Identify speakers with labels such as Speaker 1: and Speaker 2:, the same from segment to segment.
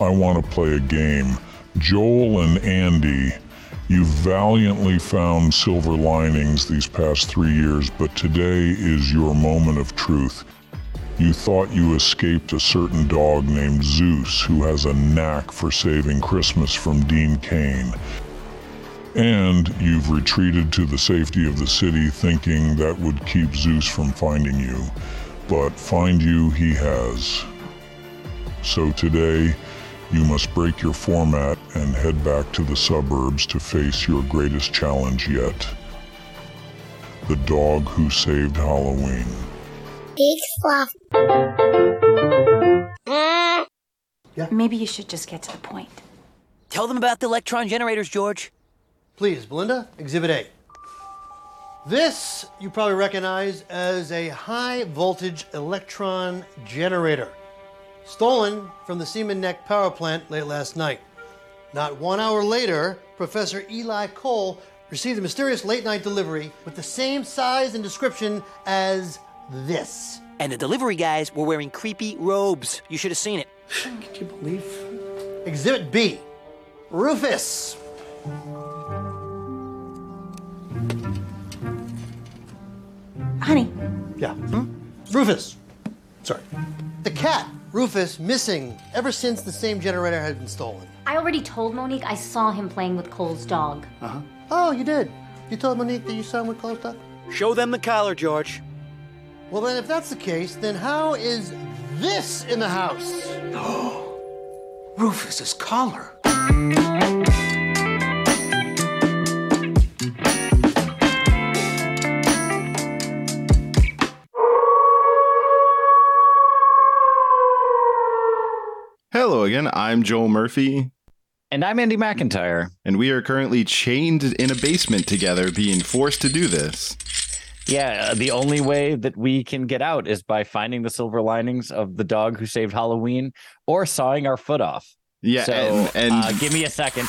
Speaker 1: I want to play a game. Joel and Andy, you valiantly found silver linings these past three years, but today is your moment of truth. You thought you escaped a certain dog named Zeus, who has a knack for saving Christmas from Dean Kane. And you've retreated to the safety of the city, thinking that would keep Zeus from finding you. But find you, he has. So today, you must break your format and head back to the suburbs to face your greatest challenge yet the dog who saved Halloween.
Speaker 2: Big fluff.
Speaker 3: Maybe you should just get to the point.
Speaker 4: Tell them about the electron generators, George.
Speaker 5: Please, Belinda, Exhibit A. This you probably recognize as a high voltage electron generator, stolen from the Seaman Neck power plant late last night. Not one hour later, Professor Eli Cole received a mysterious late night delivery with the same size and description as this.
Speaker 4: And the delivery guys were wearing creepy robes. You should have seen it.
Speaker 6: Can you believe?
Speaker 5: Exhibit B Rufus.
Speaker 3: Honey,
Speaker 5: Yeah. Rufus. Sorry. The cat, Rufus, missing ever since the same generator had been stolen.
Speaker 7: I already told Monique I saw him playing with Cole's dog.
Speaker 5: Oh, you did. You told Monique that you saw him with closed up?
Speaker 4: Show them the collar, George.
Speaker 5: Well, then, if that's the case, then how is this in the house?
Speaker 6: Rufus's collar.
Speaker 8: Hello again. I'm Joel Murphy,
Speaker 9: And I'm Andy McIntyre.
Speaker 8: and we are currently chained in a basement together, being forced to do this.
Speaker 9: Yeah, uh, the only way that we can get out is by finding the silver linings of the dog who saved Halloween or sawing our foot off.
Speaker 8: Yeah,
Speaker 9: so
Speaker 8: and, and
Speaker 9: uh, give me a second.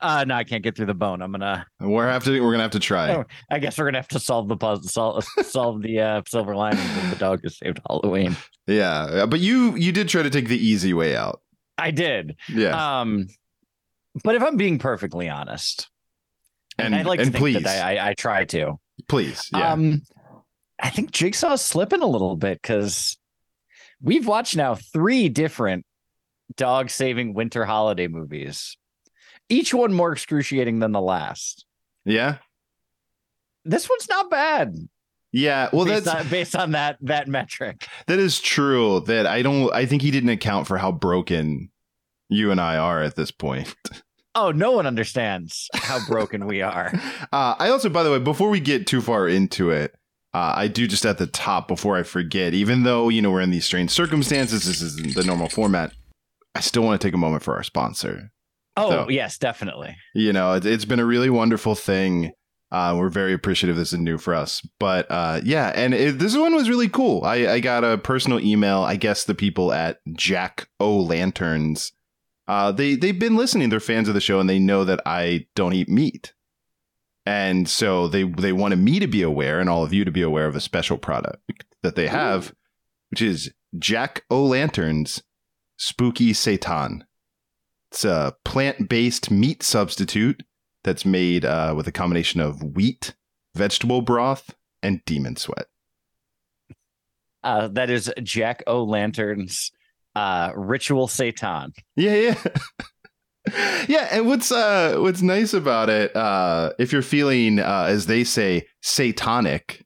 Speaker 9: uh, no, I can't get through the bone. I'm gonna.
Speaker 8: we're have to we're gonna have to try.
Speaker 9: Oh. I guess we're gonna have to solve the puzzle. Solve, solve the uh, silver linings of the dog who saved Halloween.
Speaker 8: Yeah, uh, but you you did try to take the easy way out.
Speaker 9: I did.
Speaker 8: Yeah,
Speaker 9: Um, but if I'm being perfectly honest,
Speaker 8: and
Speaker 9: I like to
Speaker 8: and
Speaker 9: think
Speaker 8: please,
Speaker 9: that I, I, I try to.
Speaker 8: please, yeah.
Speaker 9: Um, I think Jigsaw's slipping a little bit because we've watched now three different dog saving winter holiday movies, each one more excruciating than the last.
Speaker 8: yeah,
Speaker 9: This one's not bad.
Speaker 8: yeah. Well,
Speaker 9: based
Speaker 8: that's
Speaker 9: on, based on that that metric.
Speaker 8: that is true. That I don't. I think he didn't account for how broken you and I are at this point.
Speaker 9: Oh, no one understands how broken we are.
Speaker 8: Uh, I also, by the way, before we get too far into it, uh, I do just at the top before I forget. Even though you know we're in these strange circumstances, this isn't the normal format. I still want to take a moment for our sponsor.
Speaker 9: Oh,
Speaker 8: So-
Speaker 9: yes, definitely.
Speaker 8: you know it, it's been a really wonderful thing uh, we're very appreciative this is new for us but uh, yeah and it, this one was really cool I, I got a personal email i guess the people at jack o lanterns uh, they, they've been listening they're fans of the show and they know that i don't eat meat and so they they wanted me to be aware and all of you to be aware of a special product that they have which is jack o lanterns spooky seitan it's a plant based meat substitute that's made uh, with a combination of wheat, vegetable broth, and demon sweat.
Speaker 9: Uh, that is Jack O' Lantern's uh, Ritual Satan.
Speaker 8: Yeah, yeah. yeah, and what's uh what's nice about it, uh, if you're feeling uh, as they say, satanic,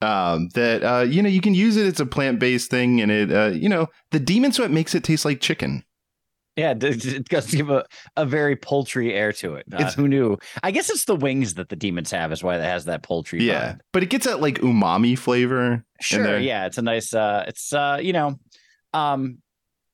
Speaker 8: um, that uh, you know, you can use it, it's a plant based thing, and it uh, you know, the demon sweat makes it taste like chicken.
Speaker 9: Yeah, d- d- it does give a, a very poultry air to it. Uh,
Speaker 8: It's-
Speaker 9: who knew? I guess it's the wings that the demons have is why it has that poultry.
Speaker 8: Yeah.
Speaker 9: vibe.
Speaker 8: But it gets that like umami flavor.
Speaker 9: sure.
Speaker 8: there-
Speaker 9: Yeah, it's a nice. uh It's uh you know, um,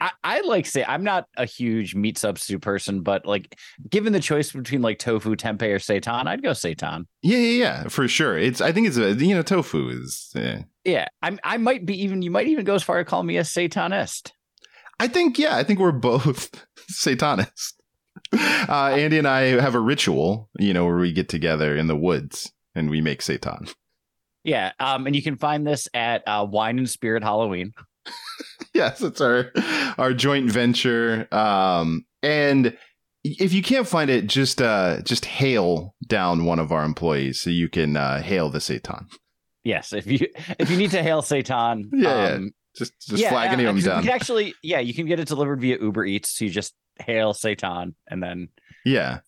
Speaker 9: I I like say I'm not a huge meat substitute person, but like given the choice between like tofu tempeh or seitan, I'd go seitan.
Speaker 8: Yeah, yeah, yeah, for sure. It's I think it's a you know, tofu is eh, yeah.
Speaker 9: Yeah, I'm. I might be even. You might even go as far to call me a seitanist.
Speaker 8: I think, yeah, I think we're both satanists. Uh, Andy and I have a ritual, you know, where we get together in the woods and we make satan.
Speaker 9: Yeah. Um. And you can find this at uh, Wine and Spirit Halloween.
Speaker 8: yes, it's our our joint venture. Um, and if you can't find it, just uh, just hail down one of our employees so you can uh, hail the Satan.
Speaker 9: Yes, if you if you need to hail um, Satan,
Speaker 8: Yeah, Just just flag any of them
Speaker 9: you
Speaker 8: down.
Speaker 9: can actually, yeah, you can get it delivered via Uber Eats. So you just hail Satan, and then
Speaker 8: yeah.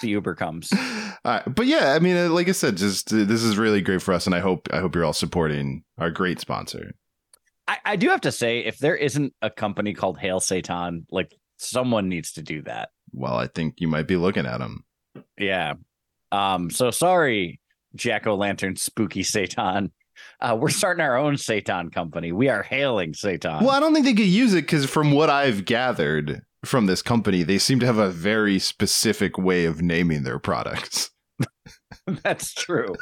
Speaker 9: the Uber comes.
Speaker 8: Uh, but yeah, I mean, uh, like I said, just uh, this is really great for us, and I hope I hope you're all supporting our great sponsor.
Speaker 9: I, I do have to say, if there isn't a company called Hail Satan, like someone needs to do that.
Speaker 8: Well, I think you might be looking at them.
Speaker 9: Yeah. Um. So sorry, Jack O' Lantern, Spooky Satan. Uh, we're starting our own Satan company. We are hailing Satan.
Speaker 8: Well, I don't think they could use it because from what I've gathered from this company, they seem to have a very specific way of naming their products.
Speaker 9: That's true.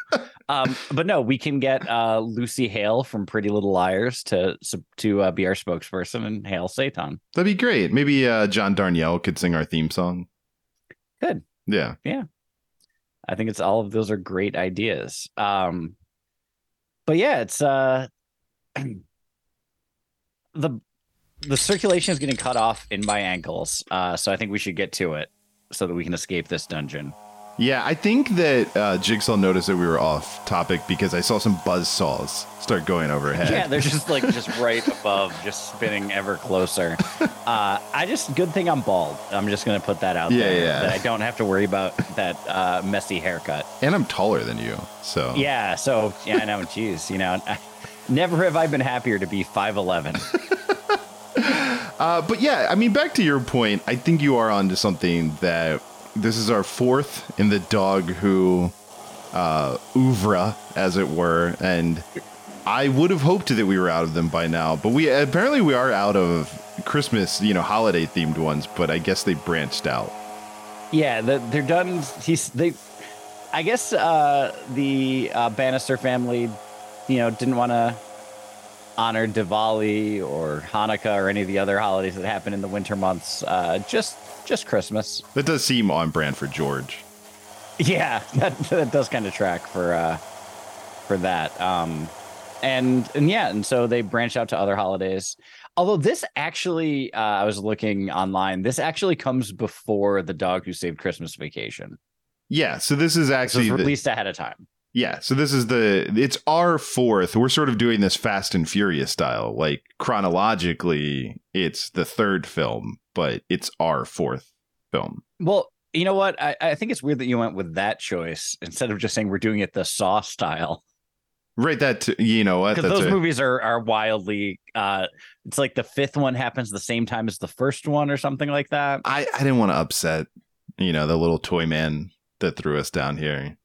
Speaker 9: um, but no, we can get uh, Lucy Hale from Pretty Little Liars to to uh, be our spokesperson and hail Satan.
Speaker 8: That'd be great. Maybe uh, John Darnielle could sing our theme song.
Speaker 9: Good.
Speaker 8: Yeah.
Speaker 9: I think it's all of those are great ideas. Um, but yeah, it's uh, the the circulation is getting cut off in my ankles, uh, so I think we should get to it so that we can escape this dungeon.
Speaker 8: Yeah, I think that uh, Jigsaw noticed that we were off topic because I saw some buzz saws start going overhead.
Speaker 9: Yeah, they're just like just right above, just spinning ever closer. Uh, I just good thing I'm bald. I'm just gonna put that out
Speaker 8: Yeah,
Speaker 9: there.
Speaker 8: yeah.
Speaker 9: That I don't have to worry about that uh, messy haircut.
Speaker 8: and I'm taller than you, so
Speaker 9: Yeah. So yeah, I know. Jeez, you know, never have I been happier to be five eleven.
Speaker 8: Uh, but yeah, I mean, back to your point, I think you are onto something that this is our fourth in the dog who uh, oeuvre, as it were, and I would have hoped that we were out of them by now, but we apparently we are out of Christmas, you know, holiday themed ones, but I guess they branched out.
Speaker 9: Yeah, the, they're done. He's they. I guess uh, the uh, Bannister family, you know, didn't want to honor Diwali or Hanukkah or any of the other holidays that happen in the winter months. Uh, just just Christmas.
Speaker 8: That does seem on brand for George.
Speaker 9: Yeah, that, that does kind of track for uh, for that. Um, and and yeah, and so they branch out to other holidays. Although this actually, uh, I was looking online. This actually comes before the dog who saved Christmas Vacation.
Speaker 8: Yeah, so this is
Speaker 9: So
Speaker 8: actually the-
Speaker 9: it's released ahead of time.
Speaker 8: Yeah, so this is the it's our fourth. We're sort of doing this Fast and Furious style. Like chronologically, it's the third film, but it's our fourth film.
Speaker 9: Well, you know what? I, I think it's weird that you went with that choice instead of just saying we're doing it the Saw style
Speaker 8: Right that t- you know what?
Speaker 9: because
Speaker 8: that's
Speaker 9: those
Speaker 8: a-
Speaker 9: movies are are wildly. Uh, it's like the fifth one happens the same time as the first one or something like that.
Speaker 8: I I didn't want to upset, you know, the little toy man that threw us down here.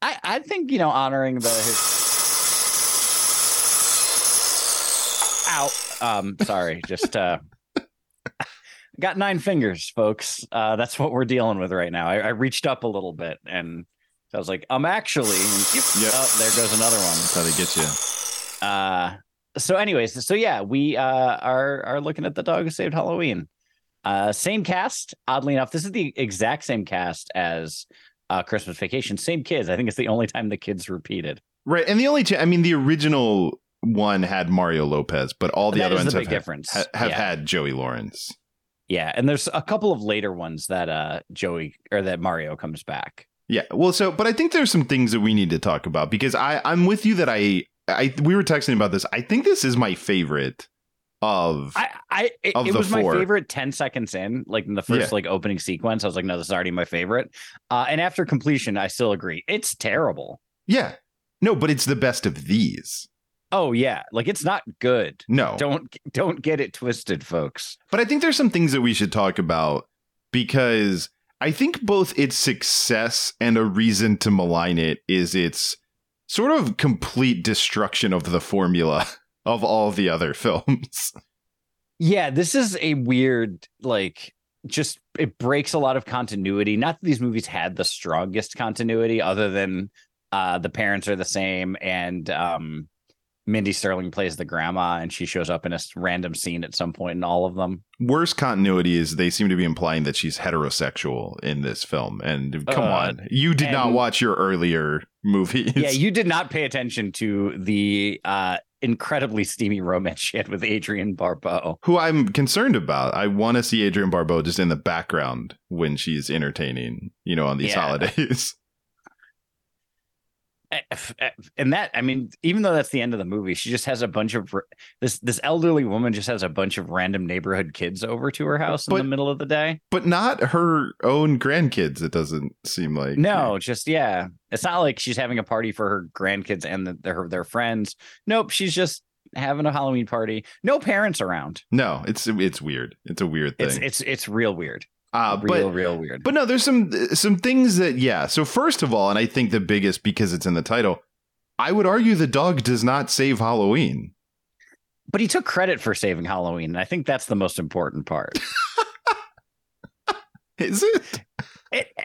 Speaker 9: I I think you know honoring the. His... Ow! Um, sorry, just uh, got nine fingers, folks. Uh, that's what we're dealing with right now. I, I reached up a little bit and I was like, I'm actually. And, yep,
Speaker 8: Yep.
Speaker 9: oh, there goes another one.
Speaker 8: That's how they get you.
Speaker 9: uh so anyways so yeah we uh are are looking at the dog who saved halloween uh same cast oddly enough this is the exact same cast as uh christmas vacation same kids i think it's the only time the kids repeated
Speaker 8: Right, and the only cha- I mean, the original one had Mario Lopez, but all the
Speaker 9: That
Speaker 8: other
Speaker 9: is
Speaker 8: ones
Speaker 9: the
Speaker 8: have
Speaker 9: big
Speaker 8: had-
Speaker 9: difference
Speaker 8: ha- have
Speaker 9: yeah.
Speaker 8: had Joey Lawrence.
Speaker 9: yeah and there's a couple of later ones that uh joey or that mario comes back
Speaker 8: Yeah. Well, so but I think there's some things that we need to talk about because I I'm with you that I I we were texting about this. I think this is my favorite of
Speaker 9: i i it,
Speaker 8: Of
Speaker 9: it
Speaker 8: the
Speaker 9: was
Speaker 8: four.
Speaker 9: my favorite 10 seconds in like in the first
Speaker 8: Yeah.
Speaker 9: like opening sequence i was like no this is already my favorite uh and after completion i still agree it's terrible
Speaker 8: Yeah. No, but it's the best of these.
Speaker 9: oh yeah like it's not good
Speaker 8: No.
Speaker 9: don't don't get it twisted folks
Speaker 8: But I think there's some things that we should talk about because I think both its success and a reason to malign it is its sort of complete destruction of the formula of all the other films.
Speaker 9: yeah this is a weird like just it breaks a lot of continuity not that these movies had the strongest continuity other than uh the parents are the same and um mindy sterling plays the grandma and she shows up in a s- random scene at some point in all of them
Speaker 8: worse continuity is they seem to be implying that she's heterosexual in this film. And come
Speaker 9: Uh,
Speaker 8: on, you did not
Speaker 9: and-
Speaker 8: watch your earlier movies.
Speaker 9: yeah you did not pay attention to the uh incredibly steamy romance she had with Adrian Barbeau.
Speaker 8: Who I'm concerned about. I want to see Adrian Barbeau just in the background when she's entertaining, you know, on these
Speaker 9: Yeah.
Speaker 8: holidays.
Speaker 9: Eh, And that, I mean, even though that's the end of the movie, she just has a bunch of this this elderly woman just has a bunch of random neighborhood kids over to her house in
Speaker 8: But-
Speaker 9: the middle of the day.
Speaker 8: but not her own grandkids, it doesn't seem like.
Speaker 9: No, just yeah. It's not like she's having a party for her grandkids and the, their their friends. Nope, she's just having a Halloween party. No parents around.
Speaker 8: No, it's it's weird. It's a weird thing.
Speaker 9: It's it's it's real weird.
Speaker 8: uh, but
Speaker 9: real real weird.
Speaker 8: But no, there's some some things that yeah. So first of all, and I think the biggest because it's in the title, I would argue the dog does not save Halloween.
Speaker 9: but he took credit for saving Halloween, and I think that's the most important part.
Speaker 8: Is it?
Speaker 9: At-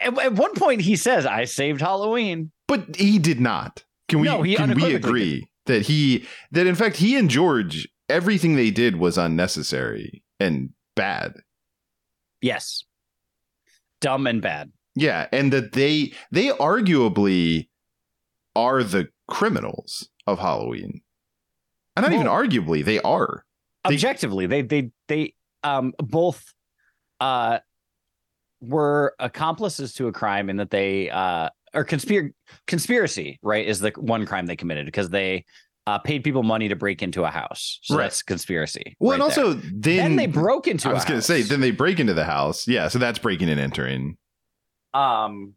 Speaker 9: at, at one point, he says, "I saved Halloween."
Speaker 8: But he did not. Can we
Speaker 9: No, he
Speaker 8: can we
Speaker 9: unequivocally
Speaker 8: agree that he that in fact he and George everything they did was unnecessary and bad.
Speaker 9: Yes, dumb and bad.
Speaker 8: Yeah, and that they they arguably are the criminals of Halloween. And not even arguably, they are. They-
Speaker 9: Objectively, they they they um both uh were accomplices to a crime in that they uh or conspir conspiracy right is the one crime they committed because they uh paid people money to break into a house. So
Speaker 8: Right.
Speaker 9: that's conspiracy.
Speaker 8: Well,
Speaker 9: right
Speaker 8: and
Speaker 9: there.
Speaker 8: also
Speaker 9: then
Speaker 8: then
Speaker 9: they broke into.
Speaker 8: I was
Speaker 9: a
Speaker 8: going to say,
Speaker 9: house.
Speaker 8: then they break into the house. Yeah, so that's breaking and entering.
Speaker 9: um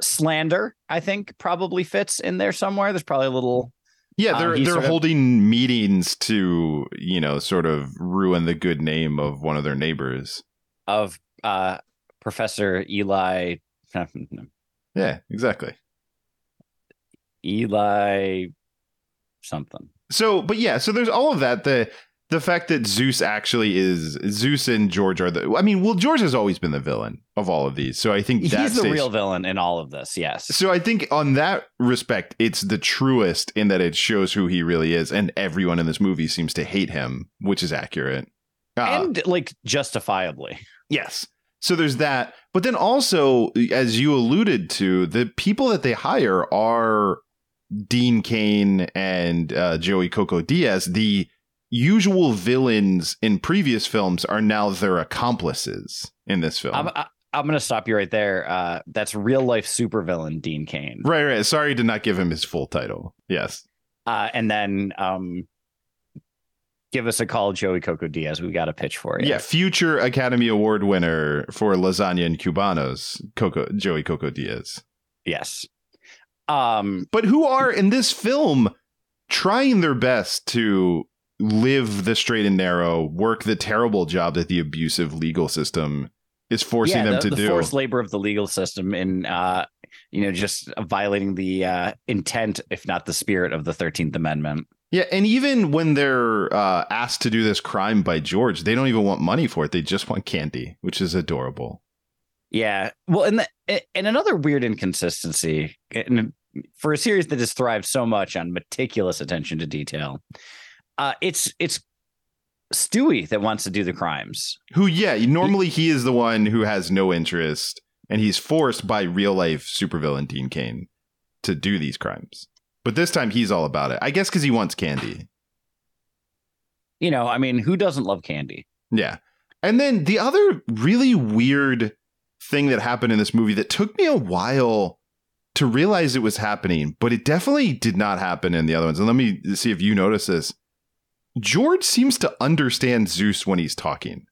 Speaker 9: slander i think probably fits in there somewhere there's probably a little
Speaker 8: Yeah,
Speaker 9: Uh,
Speaker 8: they're
Speaker 9: he
Speaker 8: they're
Speaker 9: sort of-
Speaker 8: holding meetings to you know sort of ruin the good name of one of their neighbors.
Speaker 9: of uh professor eli
Speaker 8: Yeah, exactly.
Speaker 9: eli something
Speaker 8: So, but yeah, so there's all of that. The the fact that Zeus actually is Zeus and George are the. I mean, well, George has always been the villain of all of these. So I think that's
Speaker 9: he's the real villain in all of this yes
Speaker 8: So I think on that respect, it's the truest in that it shows who he really is, and everyone in this movie seems to hate him, which is accurate. Uh,
Speaker 9: and like justifiably
Speaker 8: Yes. So there's that. But then also, as you alluded to, the people that they hire are Dean Kane and uh, Joey Coco Diaz. The usual villains in previous films are now their accomplices in this film.
Speaker 9: I'm, I, I'm gonna stop you right there uh that's real life supervillain dean kane
Speaker 8: right, right. Sorry to not give him his full title. Yes.
Speaker 9: uh and then um give us a call joey coco diaz we got a pitch for you
Speaker 8: Yeah. Future Academy Award winner for Lasagna and Cubanos, Coco, Joey Coco Diaz.
Speaker 9: yes um
Speaker 8: but who are in this film trying their best to live the straight and narrow, work the terrible job that the abusive legal system is forcing them
Speaker 9: the,
Speaker 8: to
Speaker 9: the
Speaker 8: do.
Speaker 9: forced labor of the legal system in uh you know just violating the uh intent if not the spirit of the 13th amendment
Speaker 8: yeah, and even when they're uh, asked to do this crime by George, they don't even want money for it. They just want candy, which is adorable.
Speaker 9: yeah well and the, and another weird inconsistency and for a series that has thrived so much on meticulous attention to detail uh it's it's stewie that wants to do the crimes
Speaker 8: Who, yeah, normally he is the one who has no interest, and he's forced by real life supervillain Dean Kane to do these crimes. But this time he's all about it. I guess because he wants candy.
Speaker 9: you know i mean who doesn't love candy
Speaker 8: Yeah. And then the other really weird thing that happened in this movie that took me a while to realize it was happening, but it definitely did not happen in the other ones. And let me see if you notice this. George seems to understand Zeus when he's talking.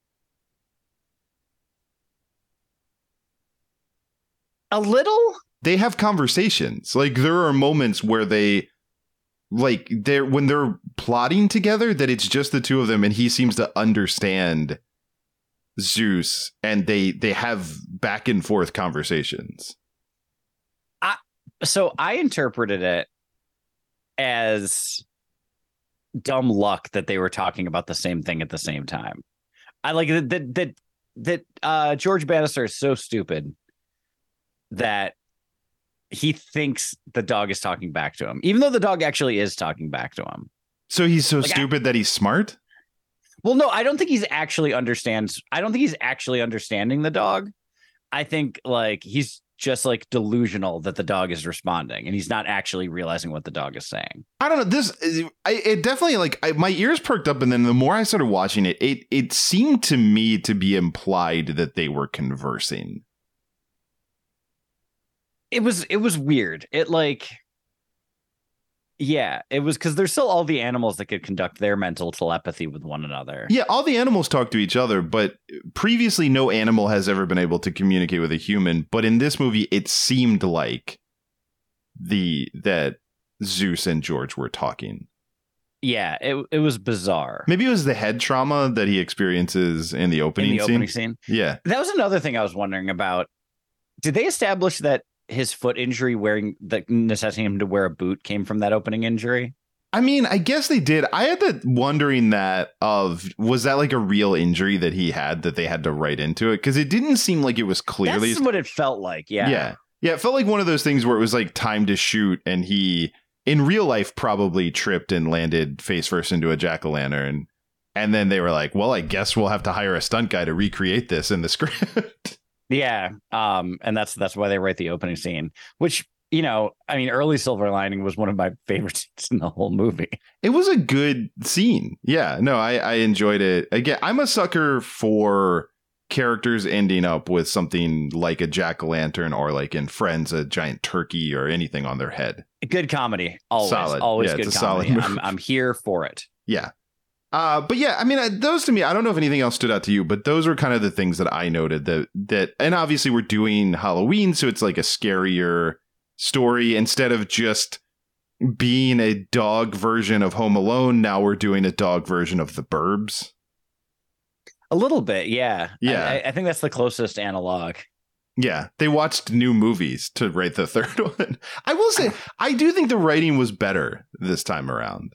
Speaker 9: a little
Speaker 8: They have conversations. Like there are moments where they like they're when they're plotting together that it's just the two of them and he seems to understand Zeus and they they have back and forth conversations.
Speaker 9: so I interpreted it as dumb luck that they were talking about the same thing at the same time. I like that that that, that uh, George Bannister is so stupid that he thinks the dog is talking back to him, even though the dog actually is talking back to him.
Speaker 8: So he's so
Speaker 9: Like, I-
Speaker 8: stupid that he's smart?
Speaker 9: Well, no, I don't think he's actually understands. I don't think he's actually understanding the dog. I think like he's just like delusional that the dog is responding and he's not actually realizing what the dog is saying.
Speaker 8: I don't know. This, I, it definitely like I, my ears perked up, and then the more I started watching it, it it seemed to me to be implied that they were conversing.
Speaker 9: It was it was weird. It like yeah, it was because there's still all the animals that could conduct their mental telepathy with one another.
Speaker 8: Yeah, all the animals talk to each other, but previously no animal has ever been able to communicate with a human. But in this movie, it seemed like the that Zeus and George were talking.
Speaker 9: Yeah, it it was bizarre.
Speaker 8: Maybe it was the head trauma that he experiences in the opening,
Speaker 9: in the
Speaker 8: scene.
Speaker 9: opening scene.
Speaker 8: Yeah,
Speaker 9: That was another thing I was wondering about. Did they establish that his foot injury wearing that necessitating him to wear a boot came from that opening injury?
Speaker 8: I mean, I guess they did. I had the wondering that of was that like a real injury that he had that they had to write into it because it didn't seem like it was clearly.
Speaker 9: That's what it felt like. Yeah.
Speaker 8: yeah, yeah. It felt like one of those things where it was like time to shoot, and he in real life probably tripped and landed face first into a jack o' lantern, and then they were like, "Well, I guess we'll have to hire a stunt guy to recreate this in the script."
Speaker 9: Yeah. Um, and that's that's why they write the opening scene, which you know, I mean, early Silver Lining was one of my favorite scenes in the whole movie.
Speaker 8: it was a good scene. Yeah, no, I I enjoyed it. Again, I'm a sucker for characters ending up with something like a jack o' lantern or like in Friends, a giant turkey or anything on their head.
Speaker 9: Good comedy, always,
Speaker 8: Solid.
Speaker 9: always
Speaker 8: Yeah,
Speaker 9: good
Speaker 8: it's a solid
Speaker 9: comedy. I'm
Speaker 8: movie.
Speaker 9: I'm here for it.
Speaker 8: Yeah. Uh, but yeah, I mean, I, those to me, I don't know if anything else stood out to you, but those were kind of the things that I noted that that, and obviously we're doing Halloween, so it's like a scarier story instead of just being a dog version of Home Alone. Now we're doing a dog version of The Burbs.
Speaker 9: A little bit, yeah. I-
Speaker 8: Yeah.
Speaker 9: I, I think that's the closest analog.
Speaker 8: Yeah, they watched new movies to write the third one. I will say, I do think the writing was better this time around.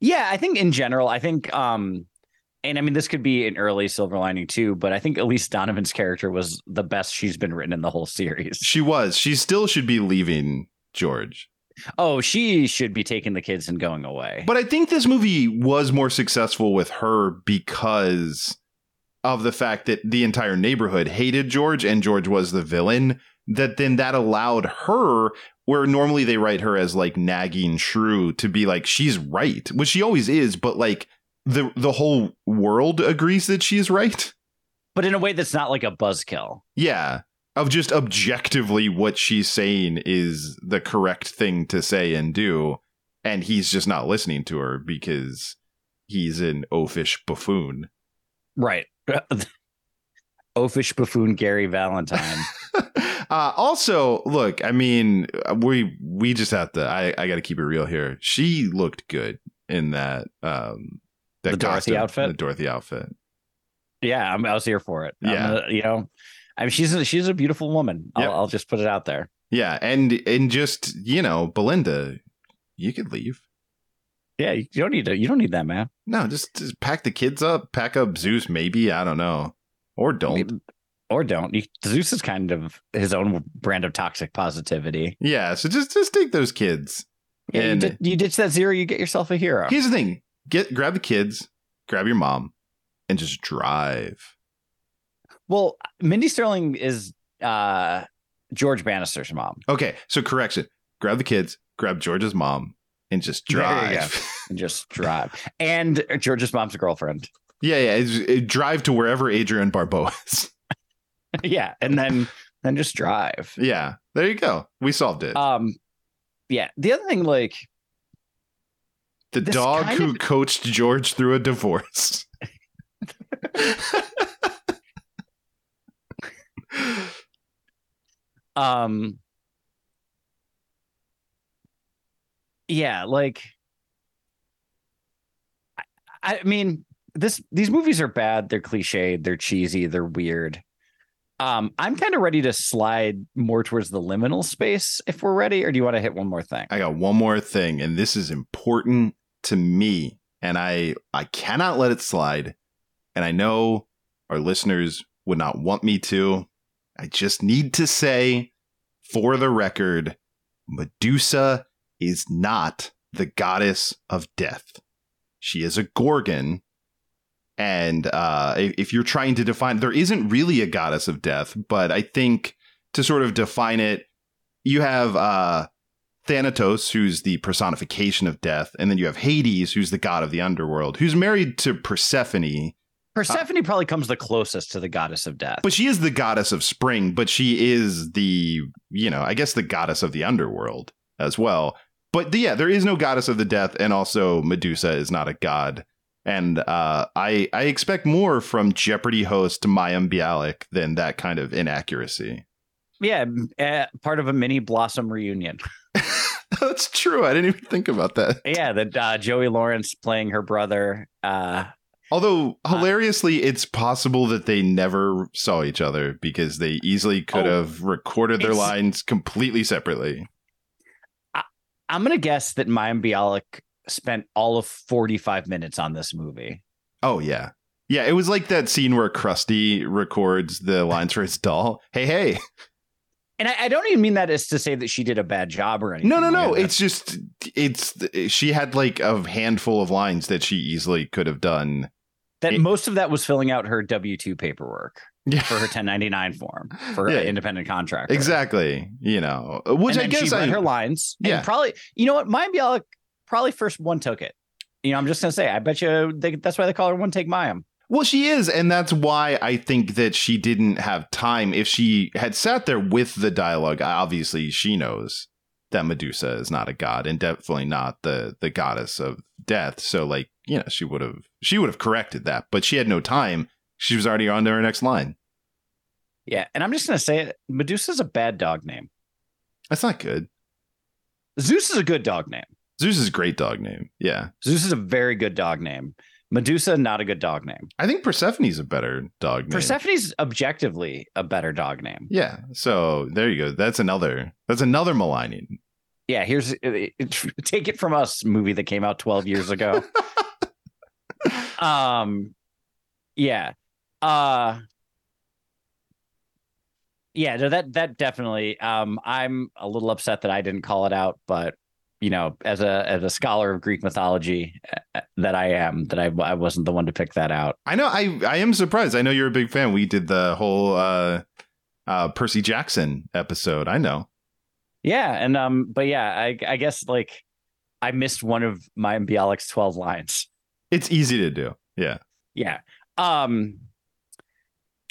Speaker 9: Yeah, I think in general, I think um and I mean this could be an early silver lining too, but I think Elise Donovan's character was the best she's been written in the whole series.
Speaker 8: She was. She still should be leaving George.
Speaker 9: Oh, she should be taking the kids and going away.
Speaker 8: But I think this movie was more successful with her because of the fact that the entire neighborhood hated George and George was the villain. That then that allowed her, where normally they write her as like nagging shrew, to be like she's right, which she always is, but like the the whole world agrees that she's right.
Speaker 9: but in a way that's not like a buzzkill.
Speaker 8: Yeah. Of just objectively what she's saying is the correct thing to say and do. And he's just not listening to her because he's an oafish buffoon.
Speaker 9: Right. Oafish Oh, buffoon Gary Valentine.
Speaker 8: uh, also, look, I mean, uh, we we just have to. I, I got to keep it real here. She looked good in that um that
Speaker 9: The Dorothy
Speaker 8: costume,
Speaker 9: outfit?
Speaker 8: The Dorothy outfit.
Speaker 9: yeah, I'm, I was here for it. I'm
Speaker 8: Yeah.
Speaker 9: gonna- you know, I mean, she's a, she's a beautiful woman. I'll,
Speaker 8: Yep.
Speaker 9: I'll just put it out there.
Speaker 8: Yeah, and and just you know, Belinda, you could leave.
Speaker 9: Yeah, you don't need to. You don't need that, man.
Speaker 8: No, just, just pack the kids up, pack up Zeus, maybe. I don't know. Or don't.
Speaker 9: Or don't. You, Zeus is kind of his own brand of toxic positivity.
Speaker 8: Yeah, so just just take those kids.
Speaker 9: Yeah, you,
Speaker 8: And-
Speaker 9: di- you ditch that zero, you get yourself a hero.
Speaker 8: Here's the thing. Get grab the kids, grab your mom, and just drive.
Speaker 9: Well, Mindy Sterling is uh, George Bannister's mom.
Speaker 8: Okay, so correction. Grab the kids, grab George's mom, and just
Speaker 9: There you
Speaker 8: drive.
Speaker 9: And just drive. and George's mom's girlfriend.
Speaker 8: yeah, yeah. it's- it- drive to wherever Adrian Barbeau is.
Speaker 9: yeah, and then then just drive.
Speaker 8: yeah. There you go. We solved it.
Speaker 9: Um, yeah. The other thing, like,
Speaker 8: the
Speaker 9: this
Speaker 8: dog
Speaker 9: kind
Speaker 8: who
Speaker 9: of-
Speaker 8: coached George through a divorce.
Speaker 9: um, yeah, like, I, I mean, this these movies are bad. They're cliched. They're cheesy. They're weird. Um, I'm kind of ready to slide more towards the liminal space if we're ready, or do you want to hit one more thing?
Speaker 8: I uh got one more thing, and this is important to me, and I I cannot let it slide. And I know our listeners would not want me to. I just need to say, for the record, Medusa is not the goddess of death. She is a gorgon. And uh, if if you're trying to define, there isn't really a goddess of death, but I think to sort of define it, you have uh, Thanatos, who's the personification of death, and then you have Hades, who's the god of the underworld, who's married to Persephone,
Speaker 9: Persephone probably comes the closest to the goddess of death.
Speaker 8: but she is the goddess of spring, but she is the, you know, I guess the goddess of the underworld as well. But the, yeah, there is no goddess of the death, and also Medusa is not a god. And uh, I I expect more from Jeopardy host Mayim Bialik than that kind of inaccuracy.
Speaker 9: yeah, uh, part of a mini Blossom reunion.
Speaker 8: That's true. I didn't even think about that.
Speaker 9: Yeah, the uh, Joey Lawrence playing her brother. Uh,
Speaker 8: Although
Speaker 9: Uh,
Speaker 8: hilariously, it's possible that they never saw each other because they easily could
Speaker 9: Oh,
Speaker 8: have recorded their
Speaker 9: it's-
Speaker 8: lines completely separately.
Speaker 9: I'm gonna guess that Mayim Bialik spent all of 45 minutes on this movie.
Speaker 8: Oh yeah. Yeah, it was like that scene where Krusty records the lines for his doll. Hey, hey.
Speaker 9: And I, I don't even mean that as to say that she did a bad job or anything.
Speaker 8: No, no, no.
Speaker 9: like that.
Speaker 8: It's just it's she had like a handful of lines that she easily could have done.
Speaker 9: that
Speaker 8: it-
Speaker 9: most of that was filling out her W 2 paperwork
Speaker 8: Yeah.
Speaker 9: for her 1099 form for
Speaker 8: Yeah.
Speaker 9: an independent contractor.
Speaker 8: Exactly. You know, which
Speaker 9: and
Speaker 8: I
Speaker 9: then
Speaker 8: guess
Speaker 9: she read
Speaker 8: I,
Speaker 9: her lines.
Speaker 8: Yeah.
Speaker 9: And probably, you know what? Mayim Bialik probably first one took it. You know, I'm just going to say, I bet you they, that's why they call her one take Mayim.
Speaker 8: Well, she is, and that's why I think that she didn't have time. If she had sat there with the dialogue, obviously she knows that Medusa is not a god and definitely not the the goddess of death. So, like, you know, she would have she would have corrected that, but she had no time. She was already on to her next line.
Speaker 9: Yeah. And I'm just going to say it Medusa's a bad dog name.
Speaker 8: That's not good.
Speaker 9: Zeus is a good dog name.
Speaker 8: Zeus is a great dog name. Yeah,
Speaker 9: Zeus is a very good dog name. Medusa, not a good dog name.
Speaker 8: I think Persephone's a better dog name.
Speaker 9: Persephone's objectively a better dog name.
Speaker 8: Yeah. So there you go. That's another. That's another maligning.
Speaker 9: Yeah, here's take it from us movie that came out 12 years ago. um yeah. Uh Yeah, no, that that definitely um I'm a little upset that I didn't call it out, but you know, as a as a scholar of Greek mythology uh, that I am, that I I wasn't the one to pick that out.
Speaker 8: I know. I I am surprised. I know you're a big fan. We did the whole uh, uh, Percy Jackson episode. I know.
Speaker 9: Yeah, and um but yeah, I I guess like I missed one of my Bialik's 12 lines.
Speaker 8: It's easy to do. Yeah,
Speaker 9: Yeah. Um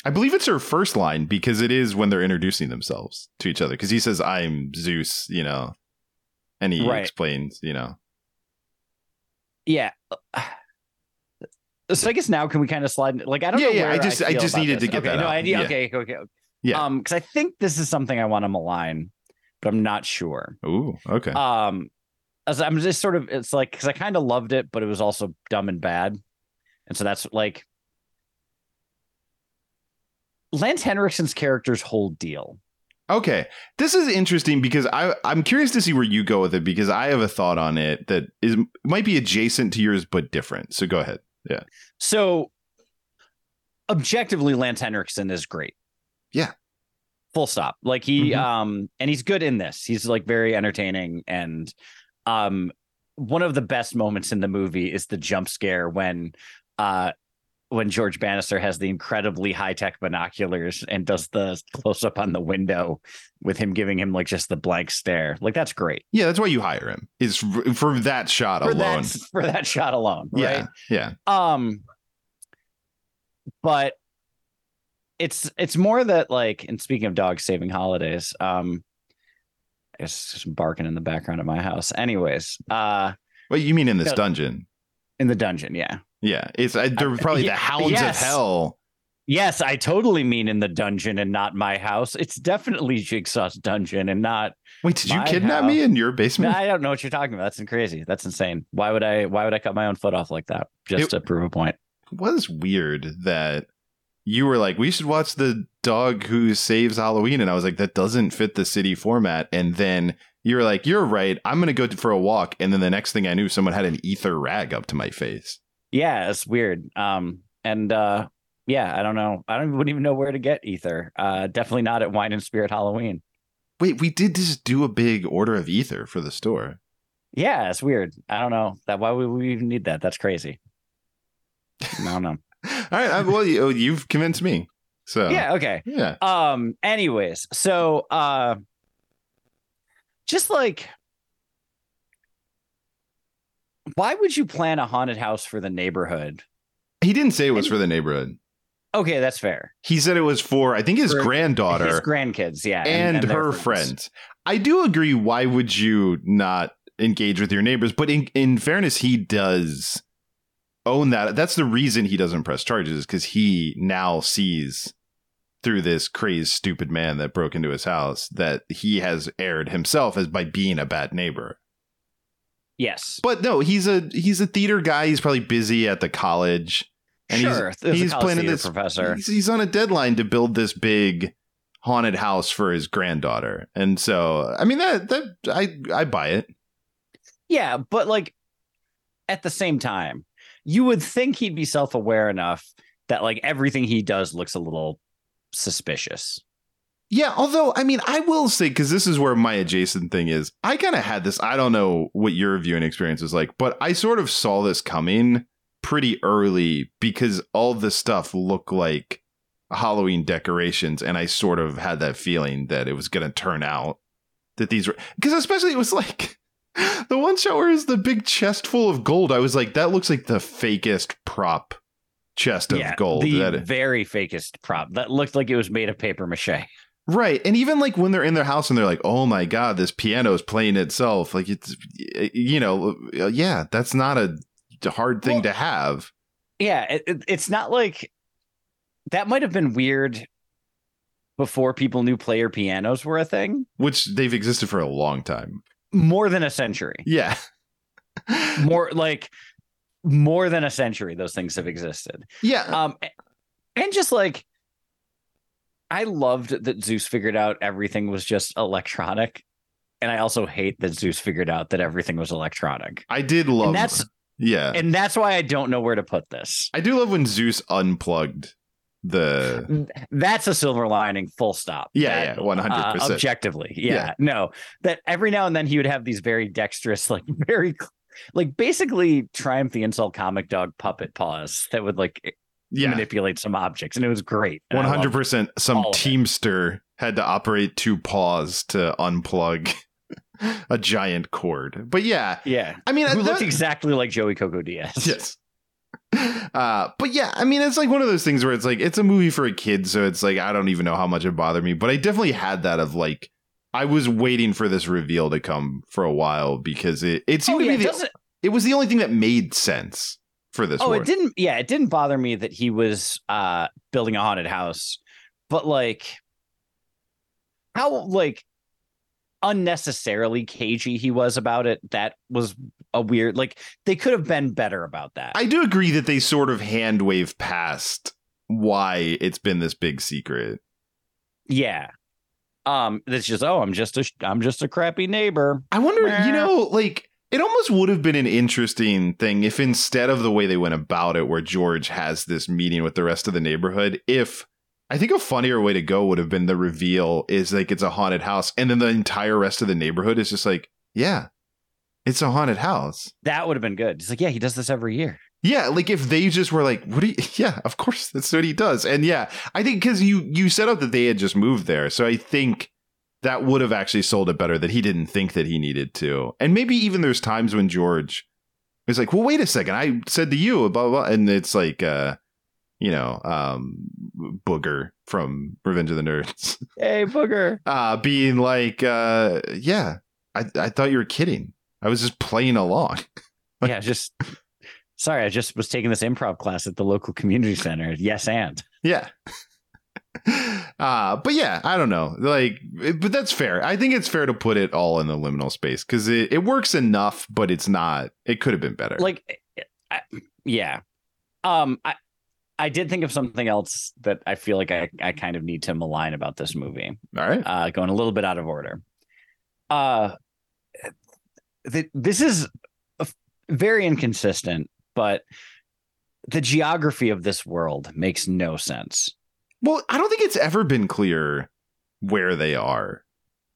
Speaker 8: I believe it's her first line because it is when they're introducing themselves to each other. Because he says, "I'm Zeus," you know, and he
Speaker 9: Right.
Speaker 8: explains, you know,
Speaker 9: yeah so i guess now can we kind of slide like i don't
Speaker 8: Yeah,
Speaker 9: know
Speaker 8: yeah,
Speaker 9: where
Speaker 8: I just- I
Speaker 9: feel
Speaker 8: just
Speaker 9: about
Speaker 8: needed
Speaker 9: this.
Speaker 8: to get
Speaker 9: okay,
Speaker 8: that
Speaker 9: no
Speaker 8: out.
Speaker 9: idea
Speaker 8: Yeah.
Speaker 9: okay okay okay okay.
Speaker 8: Yeah.
Speaker 9: um because i think this is something i want to malign but i'm not sure
Speaker 8: "Ooh, okay."
Speaker 9: um as i'm just sort of it's like because i kind of loved it but it was also dumb and bad and so that's like lance henriksen's character's whole deal
Speaker 8: Okay. This is interesting because I I'm curious to see where you go with it because I have a thought on it that is might be adjacent to yours but different. So go ahead.
Speaker 9: So objectively, Lance Henriksen is great.
Speaker 8: Yeah.
Speaker 9: Full stop. Like he
Speaker 8: Mhm.
Speaker 9: um and he's good in this. He's like very entertaining and um one of the best moments in the movie is the jump scare when uh when George Bannister has the incredibly high-tech binoculars and does the close-up on the window with him giving him like just the blank stare. Like that's great.
Speaker 8: Yeah, that's why you hire him. Is for, for that shot
Speaker 9: For
Speaker 8: alone.
Speaker 9: that for that shot alone,
Speaker 8: yeah.
Speaker 9: right?
Speaker 8: Yeah.
Speaker 9: um but it's it's more that like and speaking of dogs saving holidays um i guess there's some barking in the background at my house anyways uh
Speaker 8: Well, you mean in this
Speaker 9: No.
Speaker 8: dungeon?
Speaker 9: in the dungeon yeah
Speaker 8: Yeah, it's I, they're probably
Speaker 9: y-
Speaker 8: the hounds
Speaker 9: yes.
Speaker 8: of hell.
Speaker 9: yes i totally mean in the dungeon and not my house it's definitely jigsaw's dungeon and not
Speaker 8: Wait, did you
Speaker 9: My
Speaker 8: kidnap me
Speaker 9: house.
Speaker 8: in your basement?
Speaker 9: i don't know what you're talking about that's crazy that's insane why would i why would i cut my own foot off like that just
Speaker 8: It-
Speaker 9: to prove a point
Speaker 8: It was weird that you were like, we should watch the dog who saves Halloween, and I was like, that doesn't fit the city format. And then you were like, you're right, I'm gonna go for a walk. And then the next thing I knew, someone had an ether rag up to my face.
Speaker 9: yeah it's weird um and uh yeah i don't know i don't wouldn't even know where to get ether uh definitely not at wine and spirit halloween
Speaker 8: Wait, we did just do a big order of ether for the store.
Speaker 9: yeah it's weird i don't know that why would we even need that that's crazy i don't know
Speaker 8: uh, All right, I, well, you, oh, you've convinced me. So
Speaker 9: Yeah, okay.
Speaker 8: yeah,
Speaker 9: um anyways so uh just like why would you plan a haunted house for the neighborhood
Speaker 8: he didn't say it was for the neighborhood.
Speaker 9: okay that's fair
Speaker 8: He said it was for I think his
Speaker 9: For
Speaker 8: granddaughter
Speaker 9: his grandkids yeah
Speaker 8: and,
Speaker 9: their
Speaker 8: her
Speaker 9: friends.
Speaker 8: friends. I do agree. Why would you not engage with your neighbors? But in, in fairness, he does own that. That's the reason he doesn't press charges because he now sees through this crazed, stupid man that broke into his house that he has aired himself as by being a bad neighbor.
Speaker 9: yes
Speaker 8: But no, he's a he's a theater guy. He's probably busy at the college. And he's-
Speaker 9: sure there's
Speaker 8: he's
Speaker 9: a college
Speaker 8: planning
Speaker 9: theater
Speaker 8: this-
Speaker 9: professor
Speaker 8: He's, he's on a deadline to build this big haunted house for his granddaughter, and so I mean that that I I buy it.
Speaker 9: yeah but like at the same time you would think he'd be self-aware enough that like everything he does looks a little suspicious
Speaker 8: Yeah, although I mean I will say because this is where my adjacent thing is. I kind of had this. I don't know what your viewing experience was like, but I sort of saw this coming pretty early because all the stuff looked like Halloween decorations, and I sort of had that feeling that it was going to turn out that these were because especially it was like the one shot where is the big chest full of gold. I was like, that looks like the fakest prop chest of gold.
Speaker 9: The
Speaker 8: that-
Speaker 9: very fakest prop that looked like it was made of paper mache.
Speaker 8: Right. And even like when they're in their house and they're like, oh my God, this piano is playing itself. Like it's, you know, uh, yeah, that's not a hard thing to have.
Speaker 9: Yeah, it, it- it's not like that might have been weird before people knew player pianos were a thing.
Speaker 8: Which they've existed for a long time.
Speaker 9: More than a century.
Speaker 8: Yeah.
Speaker 9: More like more than a century those things have existed.
Speaker 8: yeah.
Speaker 9: Um and just like I loved that Zeus figured out everything was just electronic. And I also hate that Zeus figured out that everything was electronic.
Speaker 8: I did love
Speaker 9: and that's
Speaker 8: Yeah.
Speaker 9: and that's why I don't know where to put this.
Speaker 8: I do love when Zeus unplugged the.
Speaker 9: that's a silver lining full stop
Speaker 8: Yeah,
Speaker 9: That,
Speaker 8: yeah, 100%.
Speaker 9: uh, objectively yeah,
Speaker 8: Yeah.
Speaker 9: no that every now and then he would have these very dexterous like very cl- like basically triumph the insult comic dog puppet paws that would like
Speaker 8: yeah.
Speaker 9: manipulate some objects and it was great And I loved
Speaker 8: 100% some
Speaker 9: all of it.
Speaker 8: Teamster had to operate two paws to unplug a giant cord. But yeah.
Speaker 9: it. yeah
Speaker 8: I mean,
Speaker 9: who
Speaker 8: that-
Speaker 9: looked exactly like joey coco diaz
Speaker 8: yes. Uh, but yeah, I mean, it's like one of those things where it's like it's a movie for a kid, so it's like I don't even know how much it bothered me, but I definitely had that of like I was waiting for this reveal to come for a while because it it
Speaker 9: oh,
Speaker 8: seemed to
Speaker 9: yeah,
Speaker 8: be
Speaker 9: it,
Speaker 8: the,
Speaker 9: doesn't-
Speaker 8: it was the only thing that made sense for this.
Speaker 9: oh
Speaker 8: one.
Speaker 9: it didn't yeah it didn't bother me that he was uh building a haunted house but like how like unnecessarily cagey he was about it that was a weird like they could have been better about that
Speaker 8: I do agree that they sort of hand wave past why it's been this big secret.
Speaker 9: yeah um that's just oh i'm just a sh- i'm just a crappy neighbor
Speaker 8: I wonder,
Speaker 9: Meh.
Speaker 8: you know, like it almost would have been an interesting thing if instead of the way they went about it, where George has this meeting with the rest of the neighborhood, if I think a funnier way to go would have been the reveal is like it's a haunted house, and then the entire rest of the neighborhood is just like, yeah, it's a haunted house.
Speaker 9: that would have been good he's like yeah he does this every year
Speaker 8: Yeah, like if they just were like, "What do you?" Yeah, of course, that's what he does. And yeah, I think because you you set up that they had just moved there, so I think that would have actually sold it better that he didn't think that he needed to. And maybe even there's times when George is like, "Well, wait a second, I said to you, blah blah,", blah," and it's like, uh, you know, um, Booger from Revenge of the Nerds,
Speaker 9: hey booger
Speaker 8: uh, being like, uh, "Yeah, I I thought you were kidding. I was just playing along."
Speaker 9: yeah just sorry i just was taking this improv class at the local community center yes and
Speaker 8: Yeah. Uh, but yeah, I don't know. Like, it- but that's fair. I think it's fair to put it all in the liminal space because it, it works enough, but it's not. It could have been better.
Speaker 9: like I, yeah um i i did think of something else that i feel like i i kind of need to malign about this movie
Speaker 8: all right,
Speaker 9: uh going a little bit out of order uh th- this is a f- very inconsistent but the geography of this world makes no sense
Speaker 8: well, I don't think it's ever been clear where they are.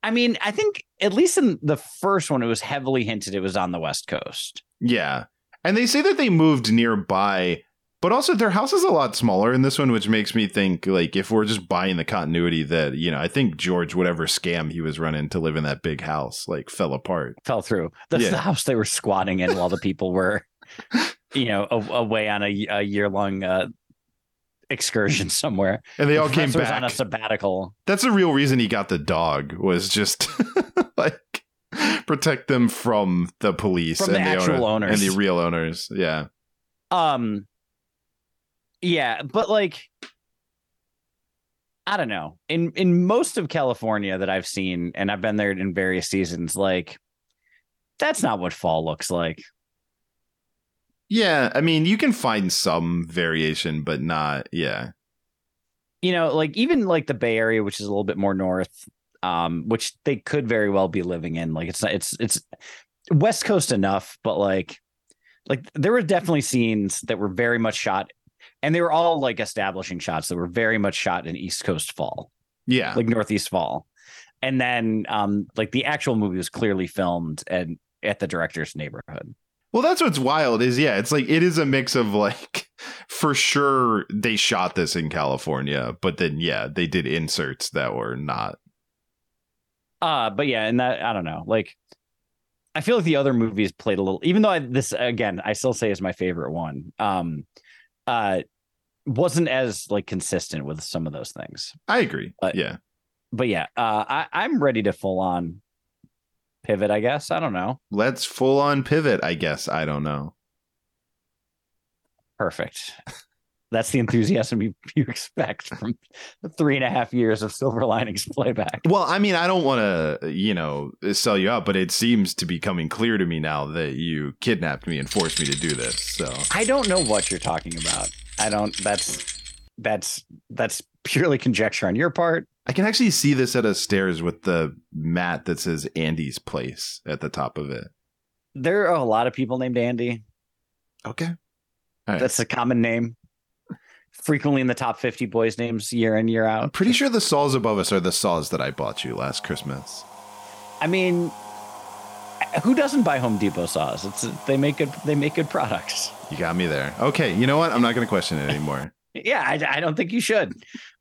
Speaker 9: i mean i think at least in the first one it was heavily hinted it was on the west coast
Speaker 8: Yeah, and they say that they moved nearby, But also, their house is a lot smaller in this one, which makes me think like if we're just buying the continuity that you know, I think George whatever scam he was running to live in that big house like fell apart.
Speaker 9: Fell through. That's
Speaker 8: Yeah.
Speaker 9: the house they were squatting in while the people were, you know, a- away on a, year long uh, excursion somewhere.
Speaker 8: And they all
Speaker 9: The
Speaker 8: came
Speaker 9: professor was on
Speaker 8: back.
Speaker 9: a sabbatical.
Speaker 8: That's the real reason he got the dog was just like protect them from the police
Speaker 9: From the actual
Speaker 8: owner- and
Speaker 9: owners.
Speaker 8: the real owners. Yeah,
Speaker 9: Um, yeah, but like, I don't know. In in most of California that I've seen, and I've been there in various seasons, like that's not what fall looks like.
Speaker 8: yeah. I mean, you can find some variation, but not yeah.
Speaker 9: you know, like even like the Bay Area, which is a little bit more north, um, which they could very well be living in. Like it's not, it's it's West Coast enough, but like like there were definitely scenes that were very much shot, and they were all like establishing shots that were very much shot in East Coast fall,
Speaker 8: Yeah,
Speaker 9: like Northeast fall, and then um like the actual movie was clearly filmed and at the director's neighborhood.
Speaker 8: Well, that's what's wild is yeah, it's like it is a mix of like for sure they shot this in California, but then yeah, they did inserts that were not.
Speaker 9: Uh, but yeah, and that I don't know. Like, I feel like the other movies played a little, even though I, this again I still say is my favorite one. Um, uh, wasn't as like consistent with some of those things.
Speaker 8: I agree.
Speaker 9: But-
Speaker 8: yeah.
Speaker 9: But yeah, uh, I, I'm ready to full on pivot. I guess I don't know.
Speaker 8: Let's full on pivot, I guess. I don't know.
Speaker 9: Perfect. That's the enthusiasm you, you expect from three and a half years of Silver Linings playback.
Speaker 8: Well, I mean, I don't want to, you know, sell you out, but it seems to be coming clear to me now that you kidnapped me and forced me to do this. So,
Speaker 9: I don't know what you're talking about. I don't. That's that's that's purely conjecture on your part.
Speaker 8: I can actually see this at a stairs with the mat that says Andy's place at the top of it.
Speaker 9: there are a lot of people named Andy.
Speaker 8: Okay. All right.
Speaker 9: That's a common name. Frequently in the top 50 boys' names year in, year
Speaker 8: I'm
Speaker 9: out.
Speaker 8: pretty sure the saws above us are the saws that I bought you last Christmas.
Speaker 9: I mean, who doesn't buy Home Depot saws? It's they make good they make good products.
Speaker 8: You got me there. Okay, you know what? I'm not going to question it anymore.
Speaker 9: Yeah, I, I don't think you should.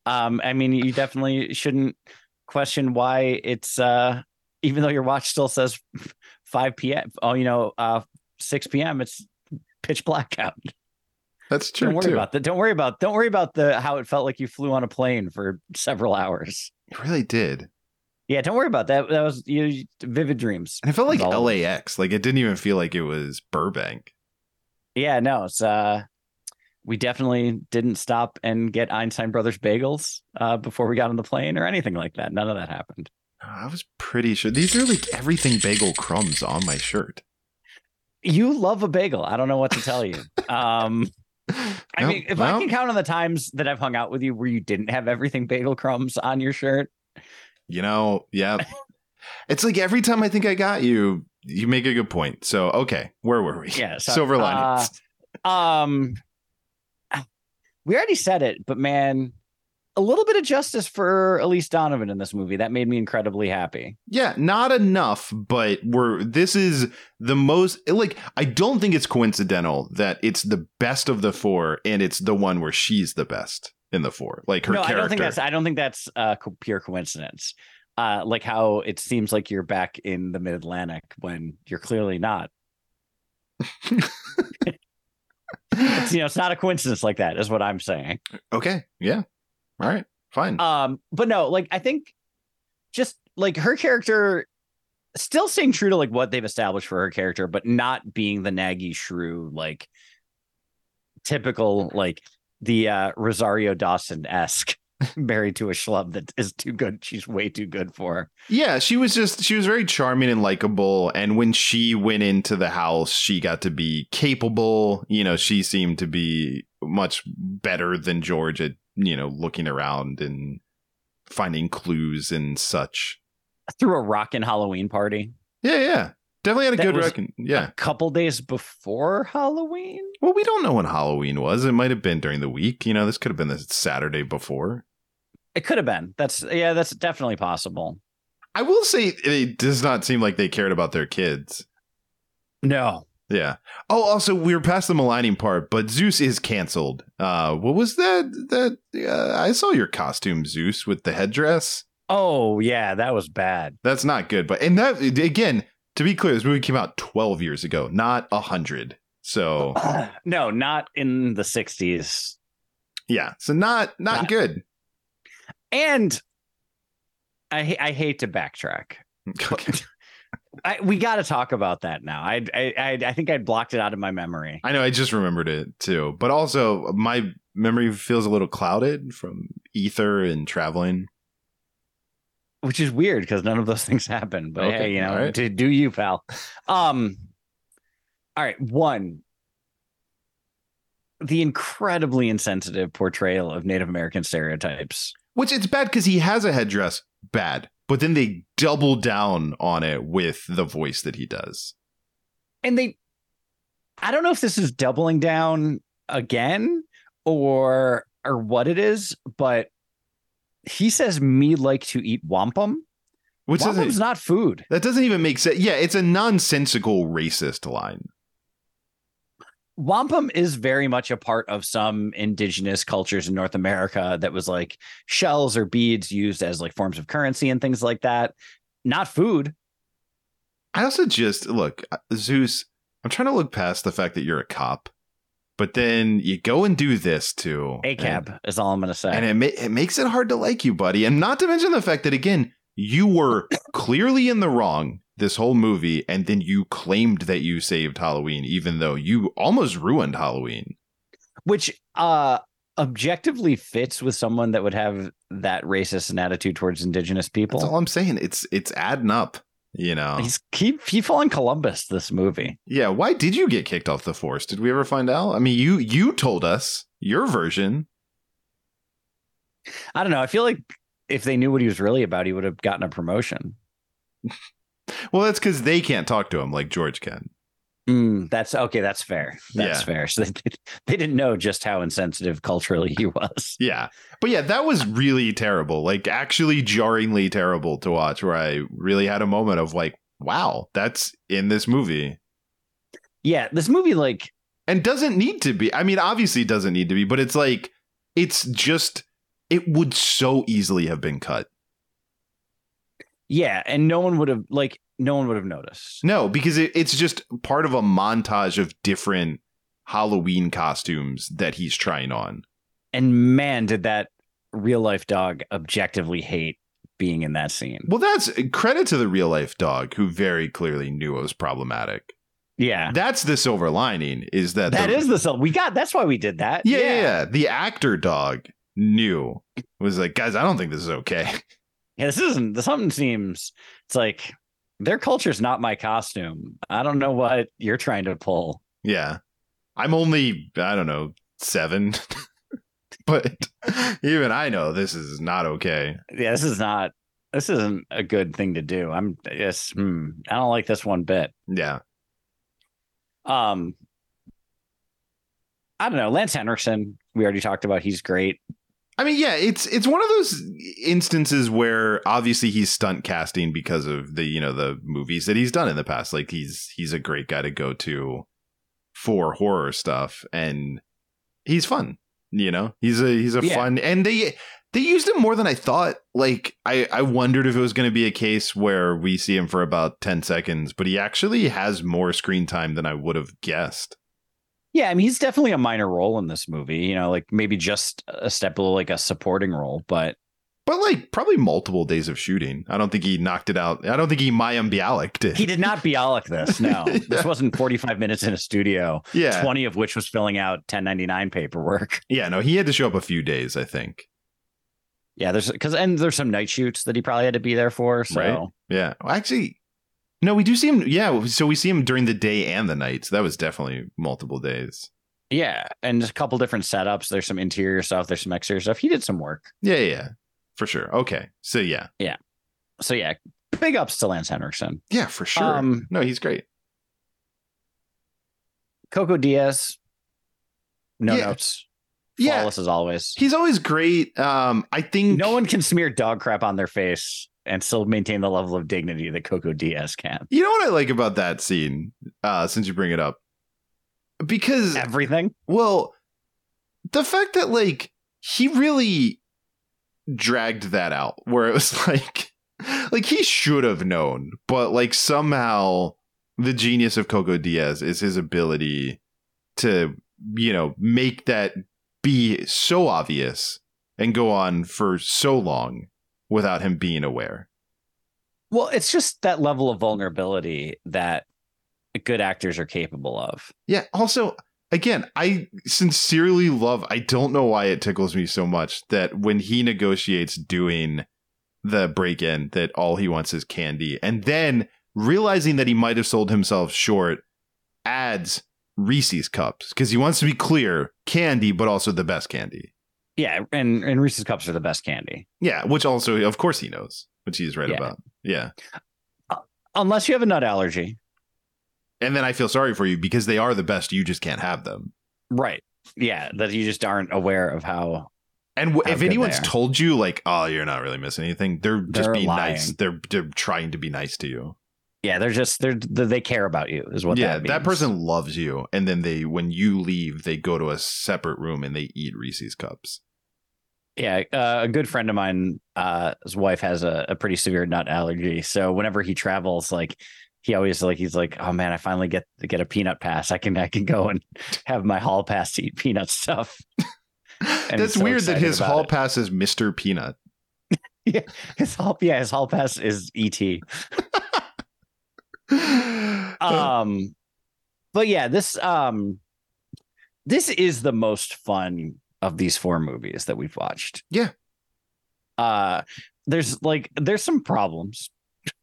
Speaker 9: Um, I mean, you definitely shouldn't question why it's uh, even though your watch still says 5 p.m. Oh, you know, uh, 6 p.m. It's pitch black out.
Speaker 8: That's true
Speaker 9: don't worry
Speaker 8: too.
Speaker 9: about that. Don't worry about don't worry about the how it felt like you flew on a plane for several hours.
Speaker 8: It really did,
Speaker 9: Yeah, don't worry about that. That was you vivid dreams.
Speaker 8: and it felt like
Speaker 9: Well-
Speaker 8: LAX. Like it didn't even feel like it was Burbank.
Speaker 9: Yeah, no, it's uh we definitely didn't stop and get Einstein Brothers bagels uh before we got on the plane or anything like that. None of that happened.
Speaker 8: I was pretty sure these are like everything bagel crumbs on my shirt.
Speaker 9: You love a bagel. I don't know what to tell you. Um I
Speaker 8: No,
Speaker 9: mean, if
Speaker 8: no.
Speaker 9: I can count on the times that I've hung out with you where you didn't have everything bagel crumbs on your shirt,
Speaker 8: you know, yeah, it's like every time I think I got you, you make a good point. So okay, where were we?
Speaker 9: Yeah, so- uh,
Speaker 8: silver linings.
Speaker 9: um we already said it but man a little bit of justice for elise donovan in this movie that made me incredibly happy
Speaker 8: Yeah, not enough, but we're this is the most like I don't think it's coincidental that it's the best of the four and it's the one where she's the best in the four. Like her
Speaker 9: no
Speaker 8: character.
Speaker 9: i don't think that's i don't think that's uh, co- pure coincidence uh, like how it seems like you're back in the mid-atlantic when you're clearly not it's, you know it's not a coincidence like that is what i'm saying
Speaker 8: okay. Yeah. All right. Fine.
Speaker 9: um but no like i think just like her character still staying true to like what they've established for her character but not being the naggy shrew like typical like the uh rosario dawson-esque married to a schlub that is too good she's way too good for
Speaker 8: yeah, she was just she was very charming and likable and when she went into the house, she got to be capable. You know, she seemed to be much better than George at, you know, looking around and finding clues and such.
Speaker 9: through a rockin' halloween party
Speaker 8: Yeah, yeah. Definitely had a
Speaker 9: That
Speaker 8: good
Speaker 9: was-
Speaker 8: reckon. Yeah.
Speaker 9: a couple days before halloween
Speaker 8: Well, we don't know when Halloween was. It might have been during the week. You know, this could have been the Saturday before.
Speaker 9: it could have been that's yeah that's definitely possible
Speaker 8: I will say it does not seem like they cared about their kids.
Speaker 9: no
Speaker 8: Yeah. Oh, also we were past the maligning part, but Zeus is canceled. Uh, what was that? That uh, I saw your costume, Zeus, with the headdress.
Speaker 9: Oh yeah, that was bad.
Speaker 8: That's not good. But and that again, to be clear, this movie came out twelve years ago, not hundred. So
Speaker 9: no, not in the '60s.
Speaker 8: yeah, so not not
Speaker 9: Not-
Speaker 8: good.
Speaker 9: And I ha- I hate to backtrack.
Speaker 8: Okay.
Speaker 9: I, we got to talk about that now. I, I I I think I blocked it out of my memory.
Speaker 8: I know. I just remembered it too. But also, my memory feels a little clouded from ether and traveling.
Speaker 9: which is weird because none of those things happen. But
Speaker 8: Okay,
Speaker 9: hey, you know,
Speaker 8: all right.
Speaker 9: to do you, pal. Um, all right, one. The incredibly insensitive portrayal of Native American stereotypes.
Speaker 8: Which it's bad because he has a headdress, bad. But then they double down on it with the voice that he does.
Speaker 9: And they I don't know if this is doubling down again or or what it is, but he says me like to eat wampum.
Speaker 8: Which
Speaker 9: Wampum's
Speaker 8: doesn't
Speaker 9: not food.
Speaker 8: that doesn't even make sense. Yeah, it's a nonsensical racist line.
Speaker 9: wampum is very much a part of some indigenous cultures in North America that was like shells or beads used as like forms of currency and things like that. Not food.
Speaker 8: I also just look, uh, Zeus. I'm trying to look past the fact that you're a cop, but then you go and do this too.
Speaker 9: A cab is all I'm gonna say.
Speaker 8: and it, ma- it makes it hard to like you, buddy. And not to mention the fact that again, you were clearly in the wrong this whole movie, and then you claimed that you saved Halloween, even though you almost ruined Halloween.
Speaker 9: Which uh objectively fits with someone that would have that racist an attitude towards indigenous people.
Speaker 8: That's all I'm saying. It's it's adding up, you know.
Speaker 9: He's keep he falling Columbus this movie.
Speaker 8: yeah. Why did you get kicked off the force? Did we ever find out? I mean, you you told us your version.
Speaker 9: I don't know. I feel like if they knew what he was really about, he would have gotten a promotion.
Speaker 8: Well, that's because they can't talk to him like George can.
Speaker 9: Mm, that's okay. That's fair. That's
Speaker 8: Yeah.
Speaker 9: fair. So they, they didn't know just how insensitive culturally he was.
Speaker 8: Yeah. But yeah, that was really terrible. Like actually jarringly terrible to watch where I really had a moment of like, wow, that's in this movie.
Speaker 9: Yeah, this movie, like,
Speaker 8: And doesn't need to be. I mean, obviously it doesn't need to be, but it's like it's just it would so easily have been cut.
Speaker 9: yeah, and no one would have like no one would have noticed.
Speaker 8: No, because it, it's just part of a montage of different Halloween costumes that he's trying on.
Speaker 9: And man, did that real life dog objectively hate being in that scene.
Speaker 8: Well, that's credit to the real life dog who very clearly knew it was problematic.
Speaker 9: Yeah,
Speaker 8: That's the silver lining is that
Speaker 9: that
Speaker 8: the,
Speaker 9: is the self we got. That's why we did that.
Speaker 8: yeah, yeah, yeah. The actor dog knew was like, guys, I don't think this is okay.
Speaker 9: Yeah, this isn't this- something seems it's like their culture's not my costume. I don't know what you're trying to pull.
Speaker 8: yeah, I'm only I don't know seven, but even I know this is not okay.
Speaker 9: yeah, this is not this isn't a good thing to do. I'm yes, hmm, I don't like this one bit.
Speaker 8: Yeah,
Speaker 9: Um I don't know, Lance Henriksen, we already talked about he's great.
Speaker 8: I mean, yeah, it's it's one of those instances where obviously he's stunt casting because of the you know the movies that he's done in the past. Like he's he's a great guy to go to for horror stuff, and he's fun. You know, he's a he's a
Speaker 9: Yeah.
Speaker 8: fun, and they they used him more than I thought. Like I I wondered if it was going to be a case where we see him for about ten seconds, but he actually has more screen time than I would have guessed.
Speaker 9: Yeah, I mean he's definitely a minor role in this movie, you know, like maybe just a step below like a supporting role, but
Speaker 8: But like probably multiple days of shooting. I don't think he knocked it out. I don't think he Mayim Bialik did.
Speaker 9: he did not Bialik this. No. This wasn't 45 minutes in a studio,
Speaker 8: yeah.
Speaker 9: 20 of which was filling out 1099 paperwork.
Speaker 8: Yeah, no, he had to show up a few days, I think.
Speaker 9: Yeah, there's cuz and there's some night shoots that he probably had to be there for, so
Speaker 8: Right. Yeah. Well, actually, no, we do see him. Yeah, so we see him during the day and the night. So that was definitely multiple days.
Speaker 9: Yeah, and just a couple different setups. There's some interior stuff. There's some exterior stuff. He did some work.
Speaker 8: Yeah, yeah, yeah, for sure. Okay. So yeah.
Speaker 9: So yeah, big ups to Lance Henriksen.
Speaker 8: Yeah, for sure.
Speaker 9: Um,
Speaker 8: no, he's great.
Speaker 9: Coco Diaz, no
Speaker 8: Yeah.
Speaker 9: notes.
Speaker 8: Yeah.
Speaker 9: Flawless as always.
Speaker 8: He's always great. Um, I think
Speaker 9: No one can smear dog crap on their face and still maintain the level of dignity that Coco Diaz can.
Speaker 8: You know what I like about that scene, uh, since you bring it up? Because
Speaker 9: Everything.
Speaker 8: Well, the fact that like he really dragged that out where it was like like he should have known, but like somehow the genius of Coco Diaz is his ability to, you know, make that be so obvious and go on for so long without him being aware.
Speaker 9: Well, it's just that level of vulnerability that good actors are capable of.
Speaker 8: Yeah. Also, again, I sincerely love. I don't know why it tickles me so much that when he negotiates doing the break in, that all he wants is candy, and then realizing that he might have sold himself short, adds Reese's cups because he wants to be clear, candy, but also the best candy.
Speaker 9: Yeah, and and Reese's cups are the best candy.
Speaker 8: Yeah, which also, of course, he knows, which he's right
Speaker 9: Yeah.
Speaker 8: about. Yeah.
Speaker 9: Unless you have a nut allergy.
Speaker 8: And then I feel sorry for you because they are the best. You just can't have them.
Speaker 9: Right. Yeah, that you just aren't aware of how
Speaker 8: And w-
Speaker 9: How
Speaker 8: if
Speaker 9: good
Speaker 8: anyone's
Speaker 9: they are.
Speaker 8: told you, like, oh, you're not really missing anything, they're just
Speaker 9: They're
Speaker 8: being
Speaker 9: lying.
Speaker 8: nice. They're they're trying to be nice to you.
Speaker 9: yeah, they're just they're they care about you is what
Speaker 8: yeah,
Speaker 9: that
Speaker 8: that,
Speaker 9: means.
Speaker 8: person loves you, and then they when you leave, they go to a separate room and they eat Reese's cups.
Speaker 9: Yeah, uh, a good friend of mine, uh, his wife has a, a pretty severe nut allergy. So whenever he travels, like he always like he's like, oh man, I finally get get a peanut pass. I can I can go and have my hall pass to eat peanut stuff. he's
Speaker 8: That's
Speaker 9: so
Speaker 8: weird that
Speaker 9: excited
Speaker 8: his
Speaker 9: about
Speaker 8: hall
Speaker 9: it.
Speaker 8: pass is Mister Peanut.
Speaker 9: His hall, yeah, his hall pass is E ET. Um, but yeah, this um, this is the most fun of these four movies that we've watched.
Speaker 8: Yeah.
Speaker 9: Uh, there's like there's some problems.